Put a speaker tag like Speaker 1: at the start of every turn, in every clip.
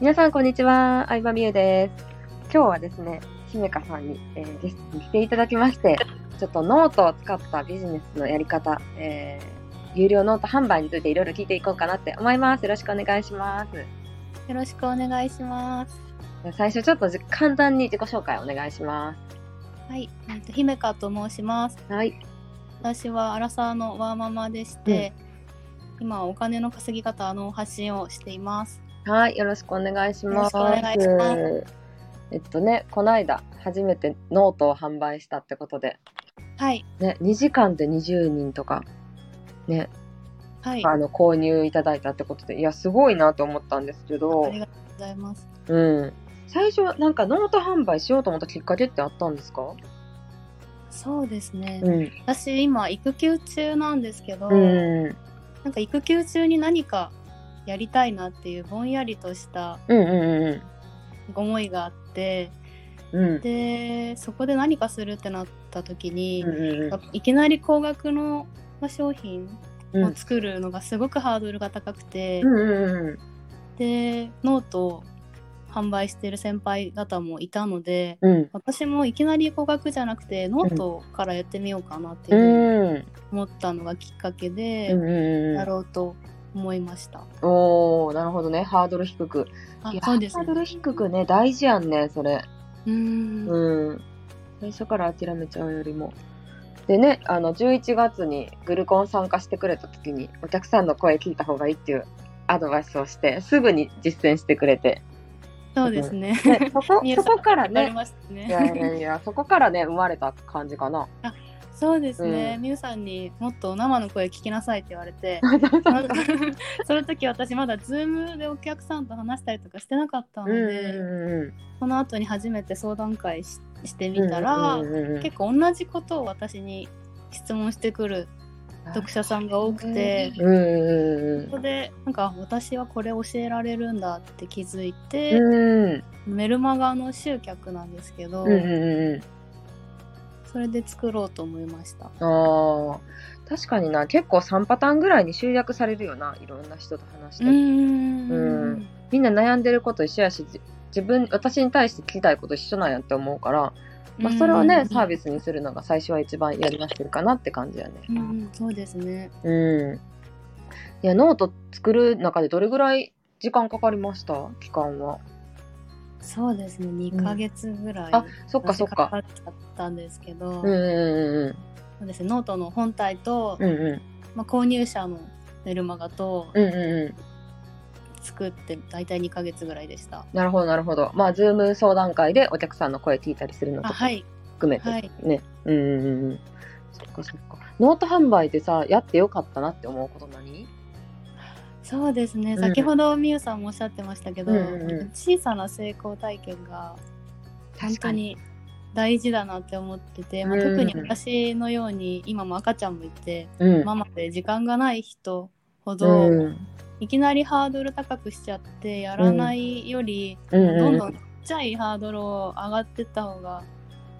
Speaker 1: 皆さん、こんにちは。あいまみゆです。今日はですね、ひめかさんに、えーゲストに来ていただきまして、ちょっとノートを使ったビジネスのやり方、えー有料ノート販売についていろいろ聞いていこうかなって思います。よろしくお願いします。
Speaker 2: よろしくお願いします。
Speaker 1: 最初、ちょっとじ簡単に自己紹介お願いしま
Speaker 2: はい、えっと姫香と申します。
Speaker 1: す。はい。
Speaker 2: 私はアラサーのワーママでして、今はお金の稼ぎ方の発信をしています。
Speaker 1: はい、よろしくお願いします。
Speaker 2: よろしくお願いしま
Speaker 1: えっとね、この間初めてノートを販売したってことで、
Speaker 2: はい、
Speaker 1: ね、2時間で20人とか、ね、
Speaker 2: はい、
Speaker 1: あ
Speaker 2: あ
Speaker 1: の購入いただいたってことで、いやすごいなと思ったんですけど
Speaker 2: り、がとうございます。
Speaker 1: うん、最初はなんかノート販売しようと思ったきっかけってあったんですか？
Speaker 2: そうですね。
Speaker 1: うん、
Speaker 2: 私今育休中なんですけど、
Speaker 1: うん、うん
Speaker 2: なんか育休中に何かやりたいなっていうぼんやりとした
Speaker 1: うんう
Speaker 2: 思いがあって、
Speaker 1: んうん、うん
Speaker 2: でそこで何かするってなった時に、
Speaker 1: うんうん
Speaker 2: いきなり高額のまあ商品
Speaker 1: うん
Speaker 2: を作るのがすごくハードルが高くて、
Speaker 1: うんうんうん
Speaker 2: でノートを販売してる先輩方もいたので
Speaker 1: うん
Speaker 2: 私もいきなり高額じゃなくてノートからやってみようかなっていううふうんに思ったのがきっかけ
Speaker 1: う
Speaker 2: で
Speaker 1: んうん
Speaker 2: や
Speaker 1: う
Speaker 2: ろうと思いました。
Speaker 1: ん、おお、なるほどね、ハードル低く。
Speaker 2: あ
Speaker 1: いや
Speaker 2: そうです
Speaker 1: ハ
Speaker 2: ね
Speaker 1: ードル低くね、大事やんね、それ。
Speaker 2: うーん
Speaker 1: うん。最初から諦めちゃうよりも。でね、あの、11月にグルコン参加してくれた時に、お客さんの声聞いた方がいいっていうアドバイスをして、すぐに実践してくれ て。
Speaker 2: そうですね。、
Speaker 1: ね、そこ
Speaker 2: みゆ
Speaker 1: そ
Speaker 2: さん
Speaker 1: こから
Speaker 2: わかり
Speaker 1: ね、
Speaker 2: ました
Speaker 1: いやい
Speaker 2: ね。
Speaker 1: やいや、そこからね、生まれた感じかな。
Speaker 2: そうですね
Speaker 1: う。
Speaker 2: みゆさんにもっと生の声聞きなさいって言わ れて、
Speaker 1: うん
Speaker 2: その時私まだ Zoom でお客さんと話したりとかしてなかったの
Speaker 1: うん
Speaker 2: で、
Speaker 1: う
Speaker 2: その後に初めて相談会しして
Speaker 1: んうん。
Speaker 2: みたら、
Speaker 1: うんうんうんうん
Speaker 2: 結構同じことを私に質問してくる読者さんが多くて、
Speaker 1: うんうん
Speaker 2: そこでなんか私はこれ教えられるんだって気づい
Speaker 1: うんう
Speaker 2: て、
Speaker 1: ん。うん
Speaker 2: メルマガの集客なんですけど、
Speaker 1: うんうんうん。
Speaker 2: それで作ろうと思いました。
Speaker 1: あー確かにな結構3パターンぐらいに集約されるよないろんな人と話して、
Speaker 2: うーん
Speaker 1: うんみんな悩んでること一緒やしじ自分私に対して聞きたいこと一緒なんやって思うから、まあ、それをね、サービスにするのが最初は一番やりやすいかなって感じやね
Speaker 2: うんうん、そうですね。
Speaker 1: うんいやノート作る中でどれぐらい時間かかりました期間は
Speaker 2: そうですね。二ヶ月ぐらい、
Speaker 1: あそっかそっ
Speaker 2: かか
Speaker 1: か
Speaker 2: っちゃったんですけ
Speaker 1: う
Speaker 2: ど、
Speaker 1: んう
Speaker 2: そうですね。ノートの本体と、
Speaker 1: んうんうん
Speaker 2: まあ、購入者のメルマガと
Speaker 1: うんうんうんうん
Speaker 2: 作って大体2ヶ月ぐらいでした。
Speaker 1: なるほどなるほどまあズーム相談会でお客さんの声聞いたりするのと
Speaker 2: あ
Speaker 1: か
Speaker 2: はい
Speaker 1: 含めて
Speaker 2: はい
Speaker 1: ね、うんうんうんうんそっかそっかノート販売でさやってよかったなって思うこと何
Speaker 2: そうですね、
Speaker 1: うん
Speaker 2: 先ほどみゆさんもおっしゃってましたけど、
Speaker 1: うんうんうん
Speaker 2: 小さな成功体験が本当に大事だなって思ってて、まあ、
Speaker 1: うん
Speaker 2: 特に私のように今も赤ちゃんもいて、
Speaker 1: うん
Speaker 2: ママで時間がない人ほ
Speaker 1: う
Speaker 2: ど、
Speaker 1: ん
Speaker 2: いきなりハードル高くしちゃってやらないより、
Speaker 1: うん
Speaker 2: どん
Speaker 1: う
Speaker 2: どん
Speaker 1: ん
Speaker 2: ちっちゃいハードルを上がってった方が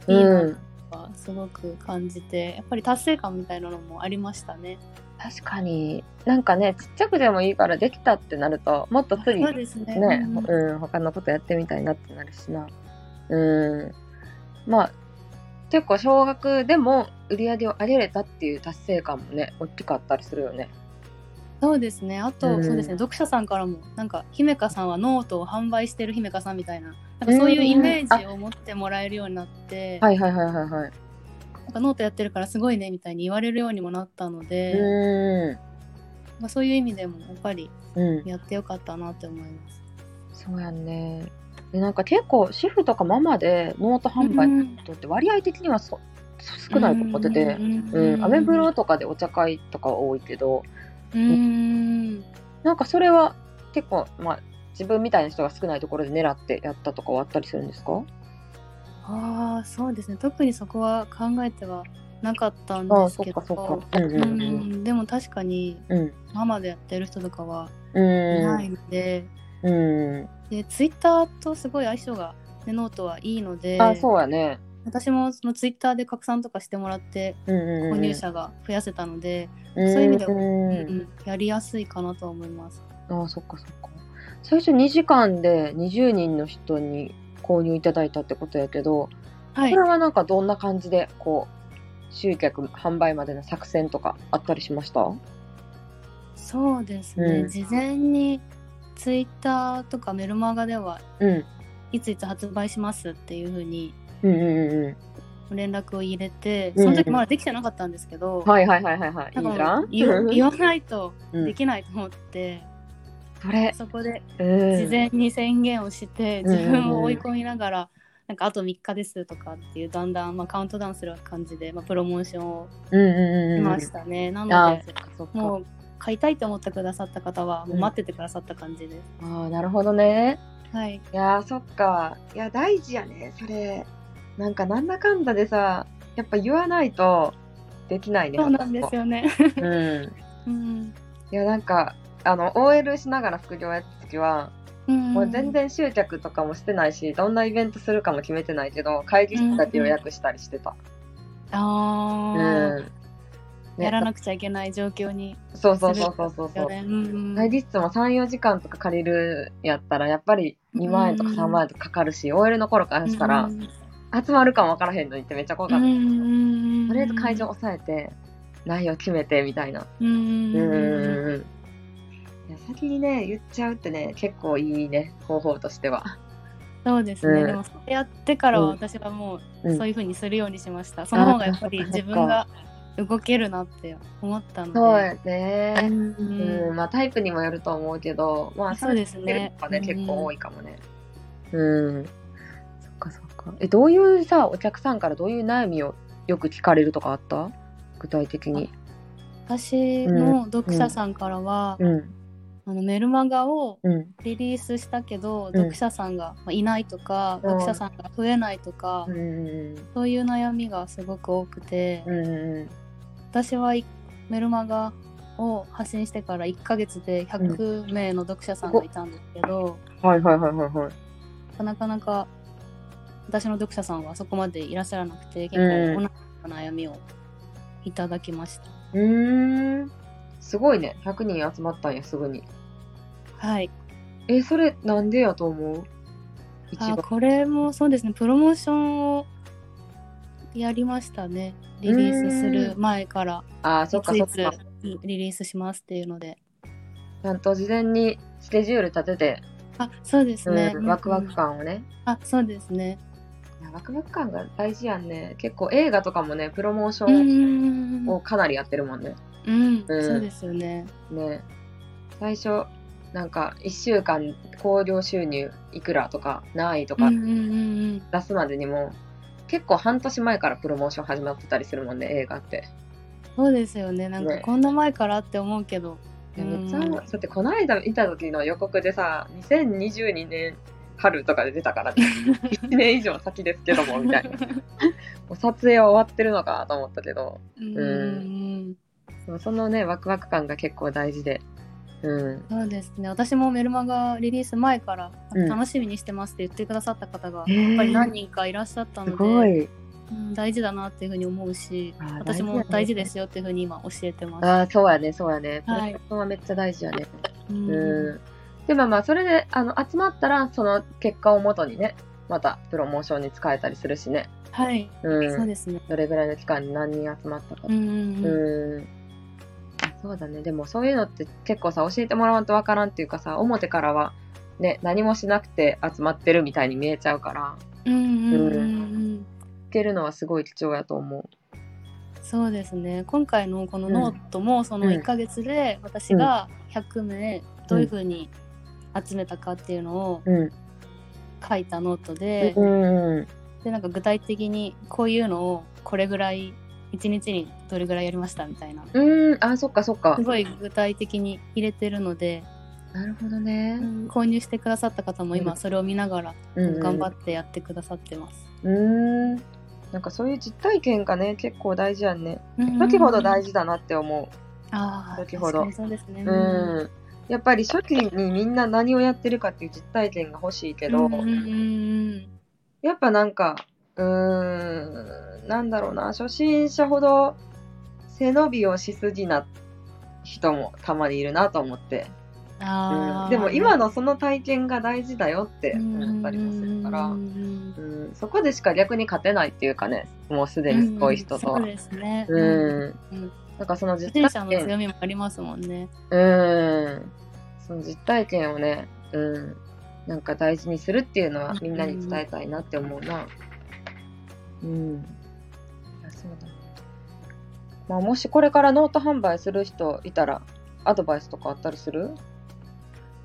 Speaker 2: いいな
Speaker 1: うん
Speaker 2: とかすごく感じて、やっぱり達成感みたいなのもありましたね。
Speaker 1: 確かになんかねちっちゃくでもいいからできたってなるともっと次
Speaker 2: そうですね
Speaker 1: ね
Speaker 2: うんうん
Speaker 1: うん、他のことやってみたいなってなるしなうんまあ結構少額でも売り上げを上げれたっていう達成感もね大きかったりするよね
Speaker 2: そうですね。あと、
Speaker 1: うん
Speaker 2: そうですね。読者さんからも、なんか、姫香さんはノートを販売してる姫香さんみたいな。なんか、そういうイメージを持ってもらえるようになって。
Speaker 1: はいはいはいはいはい
Speaker 2: なんか、ノートやってるから、すごいねみたいに言われるようにもなったので。
Speaker 1: う
Speaker 2: まあ、そういう意味でも、やっぱり、
Speaker 1: んうん
Speaker 2: やってよかったなって思います。
Speaker 1: そうやんね。でなんか結構主婦とかママでノート販売の人って割合的にはそ、少ないと思ってて、うん、アメブロとかでお茶会とかは多いけど
Speaker 2: うん。
Speaker 1: なんかそれは結構まあ自分みたいな人が少ないところで狙ってやったとかはあったりするんですか
Speaker 2: ああ、そうですね。特にそこは考えてはなかったん
Speaker 1: あ
Speaker 2: で
Speaker 1: あ
Speaker 2: す
Speaker 1: そっ
Speaker 2: けど。
Speaker 1: かそっか。うんう
Speaker 2: うんん、でも確かに
Speaker 1: うんうん
Speaker 2: ママでやってる人とかはいうない
Speaker 1: ん
Speaker 2: ので、
Speaker 1: う
Speaker 2: でツイッターとすごい相性が、ね、ノートはいいので
Speaker 1: んあそうやね。
Speaker 2: 私もそのツイッターで拡散とかしてもらって
Speaker 1: うんうんうん
Speaker 2: 購入者が増やせたので、
Speaker 1: うん
Speaker 2: そういう意味では
Speaker 1: うん
Speaker 2: うんやりやすいかなとは思います。
Speaker 1: ああそっかそっか。最初2時間で20人の人に購入いただいたってことやけど、
Speaker 2: は
Speaker 1: こ
Speaker 2: い
Speaker 1: れ。はなんかどんな感じでこう集客販売までの作戦とかあったりしました
Speaker 2: そうですね。
Speaker 1: うん
Speaker 2: 事前にツイッターとかメルマガでは
Speaker 1: うん
Speaker 2: いついつ発売しますっていうふうに
Speaker 1: うんうんう
Speaker 2: 連絡を入れて、
Speaker 1: うん
Speaker 2: その時まだできてなかったんですけ
Speaker 1: ん
Speaker 2: ど、
Speaker 1: はいはいはいはいはいい
Speaker 2: なん
Speaker 1: いじ
Speaker 2: か
Speaker 1: ゃ
Speaker 2: もうん言わ言わないと
Speaker 1: うん
Speaker 2: できないと思って、
Speaker 1: それ
Speaker 2: そこで
Speaker 1: うん
Speaker 2: 事前に宣言をして、
Speaker 1: うん
Speaker 2: 自分を追い込みながら、なんかあと3日ですとかっていうだんだん、まあ、カウントダウンする感じで、まあ、プロモーションを
Speaker 1: うんうんうんう
Speaker 2: し
Speaker 1: ん
Speaker 2: ましたね、な
Speaker 1: あー
Speaker 2: ので
Speaker 1: そっかそっか
Speaker 2: もう買いたいと思ってくださった方はもう
Speaker 1: うん
Speaker 2: 待っててくださった感じです、
Speaker 1: あーなるほどね
Speaker 2: はい
Speaker 1: いやーそっかいや大事やねそれなんかなんだかんだでさやっぱ言わないとできないね
Speaker 2: そうなんです
Speaker 1: よ、
Speaker 2: よね
Speaker 1: うん、
Speaker 2: うん、
Speaker 1: いやなんかあの OL しながら副業やった時は
Speaker 2: うん、
Speaker 1: もう全然集客とかもしてないし、どんなイベントするかも決めてないけど、会議室だけ予約したりしてた。
Speaker 2: あ
Speaker 1: う
Speaker 2: ー、
Speaker 1: ん。ね
Speaker 2: やらなくちゃいけない状況に
Speaker 1: そうそうそうそうそうそう。
Speaker 2: ね、うん
Speaker 1: 会議室も3、4時間とか借りるやったら、やっぱり2万円とか3万円とかかかるし、OL の頃からしたら、集まるかもわからへんのにってめっちゃ怖かった。とりあえず会場抑えて、内容決めてみたいな。
Speaker 2: う
Speaker 1: うんんうん
Speaker 2: うん
Speaker 1: うん。いや先にね、言っちゃうってね、結構いいね、方法としては。
Speaker 2: そうですね、
Speaker 1: うん
Speaker 2: でもそうやってからは
Speaker 1: うん
Speaker 2: 私はも
Speaker 1: う
Speaker 2: うんそういうふうにするようにしました、その方がやっぱり
Speaker 1: あーそっか
Speaker 2: 自分が動けるなって思ったので
Speaker 1: そうやね。
Speaker 2: うん
Speaker 1: うん、まあタイプにもよると思うけど、まあ
Speaker 2: そうですね
Speaker 1: やってる人がね、
Speaker 2: うん
Speaker 1: 結構多いかもね。うん。そっかそっか。え、どういうさ、お客さんからどういう悩みをよく聞かれるとかあった具体的に。
Speaker 2: 私の読者さんからは、
Speaker 1: うん、
Speaker 2: あのメルマガを
Speaker 1: うん、
Speaker 2: リリースしたけど、
Speaker 1: ん
Speaker 2: 読者さんがまあいないとか、
Speaker 1: うん
Speaker 2: 読者さんが増えないとか、
Speaker 1: うん、うん
Speaker 2: そういう悩みがすごく多くて、
Speaker 1: うん、うん
Speaker 2: 私はいメルマガを発信してから1ヶ月で100名の読者さんがいたんですけど、
Speaker 1: うん。はいはいはいはいはい。
Speaker 2: なかなか私の読者さんはそこまでいらっしゃらなくて結
Speaker 1: うん
Speaker 2: 構同じような悩みをいただきました、
Speaker 1: うーん。すごいね。100人集まったんや、すぐに。
Speaker 2: はい
Speaker 1: え、それなんでやと思う一
Speaker 2: あ
Speaker 1: 番。
Speaker 2: これもそうですねプロモーションをやりましたねリリースする前から
Speaker 1: ああ、そっ
Speaker 2: い
Speaker 1: か
Speaker 2: つ
Speaker 1: そ
Speaker 2: い
Speaker 1: っ
Speaker 2: つ
Speaker 1: か。
Speaker 2: リリースしますっていうので
Speaker 1: ちゃんと事前にスケジュール立てて、
Speaker 2: あそうですね、
Speaker 1: うん、ワクワク
Speaker 2: うん
Speaker 1: 感をね。
Speaker 2: あそうですね
Speaker 1: いやワクワク感が大事やんね結構映画とかもねプロモーシ
Speaker 2: うんう
Speaker 1: ョ
Speaker 2: ん
Speaker 1: ンをかなりやってるもんね、
Speaker 2: うん、
Speaker 1: うん
Speaker 2: そうですよね
Speaker 1: ね最初なんか1週間興行収入いくらとか何位と
Speaker 2: うん
Speaker 1: か
Speaker 2: うんうん
Speaker 1: 出すまでにも、結構半年前からプロモーション始まってたりするもんね映画って。
Speaker 2: そうですよねなんか
Speaker 1: ね
Speaker 2: こんな前からって思うけど、
Speaker 1: いやめっちゃ
Speaker 2: うん
Speaker 1: だってこの間見た時の予告でさ2022年春とかで出た から、ね、1年以上先ですけどもみたいなもう撮影は終わってるのかと思ったけど
Speaker 2: うんうん
Speaker 1: でもそのねワクワク感が結構大事で、うん、
Speaker 2: そうですね私もメルマガリリース前から
Speaker 1: うん
Speaker 2: 楽しみにしてますって言ってくださった方が
Speaker 1: へー
Speaker 2: やっぱり何人かいらっしゃった
Speaker 1: す
Speaker 2: ので、
Speaker 1: ごい
Speaker 2: うん大事だなっていうふうに思うし
Speaker 1: あー
Speaker 2: 私
Speaker 1: 大事だ
Speaker 2: も
Speaker 1: ね
Speaker 2: 大事ですよっていうふうに今教えてます。
Speaker 1: ああそうやねそうやねプロ
Speaker 2: は
Speaker 1: モ
Speaker 2: い
Speaker 1: ーションはめっちゃ大事やね、
Speaker 2: う
Speaker 1: うんんでもまあそれであの集まったらその結果をもとにねまたプロモーションに使えたりするしね、
Speaker 2: はい、
Speaker 1: う、
Speaker 2: そうんですね。
Speaker 1: どれぐらいの期間に何人集まったか
Speaker 2: う、んうんうん
Speaker 1: うんあそうだねでもそういうのって結構さ教えてもらわんとわからんっていうかさ表からは、ね、何もしなくて集まってるみたいに見えちゃうから
Speaker 2: うんうんうんうん
Speaker 1: 聞けるのはすごい貴重やと思う。
Speaker 2: そうですね今回のこの
Speaker 1: うん
Speaker 2: ノートもその1ヶ月で私が100名どういうふうに集めたかっていうのを
Speaker 1: うん
Speaker 2: 書いたノートで、
Speaker 1: うんうん、
Speaker 2: でなんか具体的にこういうのをこれぐらい1日にどれぐらいやりましたみたいな
Speaker 1: うん、あ、そっかそっか
Speaker 2: す。ごい具体的に入れてるので、
Speaker 1: なるほどね。
Speaker 2: 購入してくださった方も
Speaker 1: う
Speaker 2: 今それを見ながら
Speaker 1: うん、
Speaker 2: 頑張ってやってくださってます。
Speaker 1: うーん。なんかそういう実体験がね、結構大事やんね。
Speaker 2: 時
Speaker 1: 時ほど大
Speaker 2: 事。
Speaker 1: 事だなって思
Speaker 2: ああ、
Speaker 1: 時ほど
Speaker 2: 確かにそうですね。
Speaker 1: う。うん。やっぱり初期にみんな何をやってるかっていう実体験が欲しいけど、
Speaker 2: うんうんうん
Speaker 1: やっぱなんか、うーん、なんだろうな、初心者ほど背伸びをしすぎな人もたまにいるなと思って。
Speaker 2: うんあ
Speaker 1: う
Speaker 2: ー
Speaker 1: ん、でも今のその体験が大事だよって思ったりもするから、
Speaker 2: う
Speaker 1: うん
Speaker 2: ん
Speaker 1: そこでしか逆に勝てないっていうかねもうすでにすごい人とは
Speaker 2: そう。ですね。
Speaker 1: うん
Speaker 2: 自ん
Speaker 1: なんかその実
Speaker 2: 転車
Speaker 1: 体
Speaker 2: の
Speaker 1: 験
Speaker 2: 強みもありますもんね。
Speaker 1: うんその実体験をね、うん、なんか大事にするっていうのは
Speaker 2: うん
Speaker 1: みんなに伝えたいなって思うな。うん、いやそうだねまあ、もしこれからノート販売する人いたらアドバイスとかあったりする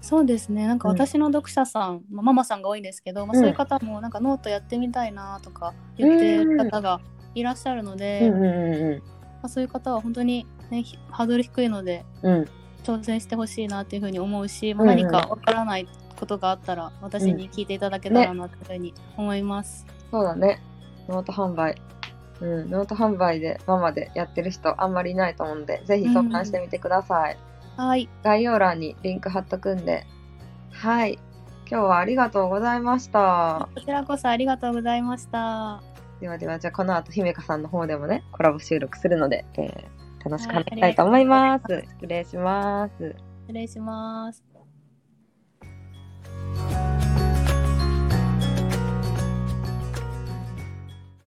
Speaker 2: そうですね。なんか
Speaker 1: うん
Speaker 2: 私の読者さん、まあママさんが多いんですけど、まあ
Speaker 1: うん
Speaker 2: そういう方もなんかノートやってみたいなとか言ってる方がいらっしゃるので、
Speaker 1: うんう
Speaker 2: まあそういう方は本当にねひハードル低いので
Speaker 1: んうんうん
Speaker 2: 挑戦してほしいなっていうふうに思うし、まあ
Speaker 1: うんうん
Speaker 2: 何かわからないことがあったら私に聞いていただけたらなというふうに思います。
Speaker 1: そうだね。ノート販売。うん、ノート販売でママでやってる人あんまりいないと思うんで、ぜひ相談してみてください。
Speaker 2: はい、
Speaker 1: 概要欄にリンク貼っとくんで。はい。今日はありがとうございました。
Speaker 2: こちらこそありがとうございました。
Speaker 1: ではでは、じゃあこの後、姫香さんの方でもね、コラボ収録するので、えー楽しく話
Speaker 2: はい
Speaker 1: したいと思います。
Speaker 2: ありがとうござい
Speaker 1: 失礼します。
Speaker 2: 失礼します。